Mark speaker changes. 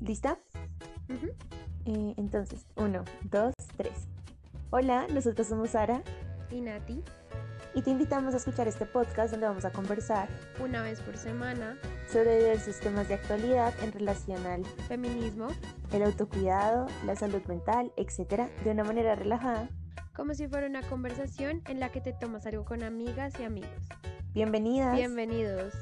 Speaker 1: ¿Lista? Eh, entonces, uno, dos, tres. Hola, nosotros somos Sara
Speaker 2: Y Nati,
Speaker 1: y te invitamos a escuchar este podcast donde vamos a conversar
Speaker 2: una vez por semana,
Speaker 1: sobre diversos temas de actualidad en relación al
Speaker 2: feminismo,
Speaker 1: el autocuidado, la salud mental, etcétera, de una manera relajada.
Speaker 2: como si fuera una conversación en la que te tomas algo con amigas y amigos.
Speaker 1: Bienvenidas.
Speaker 2: Bienvenidos.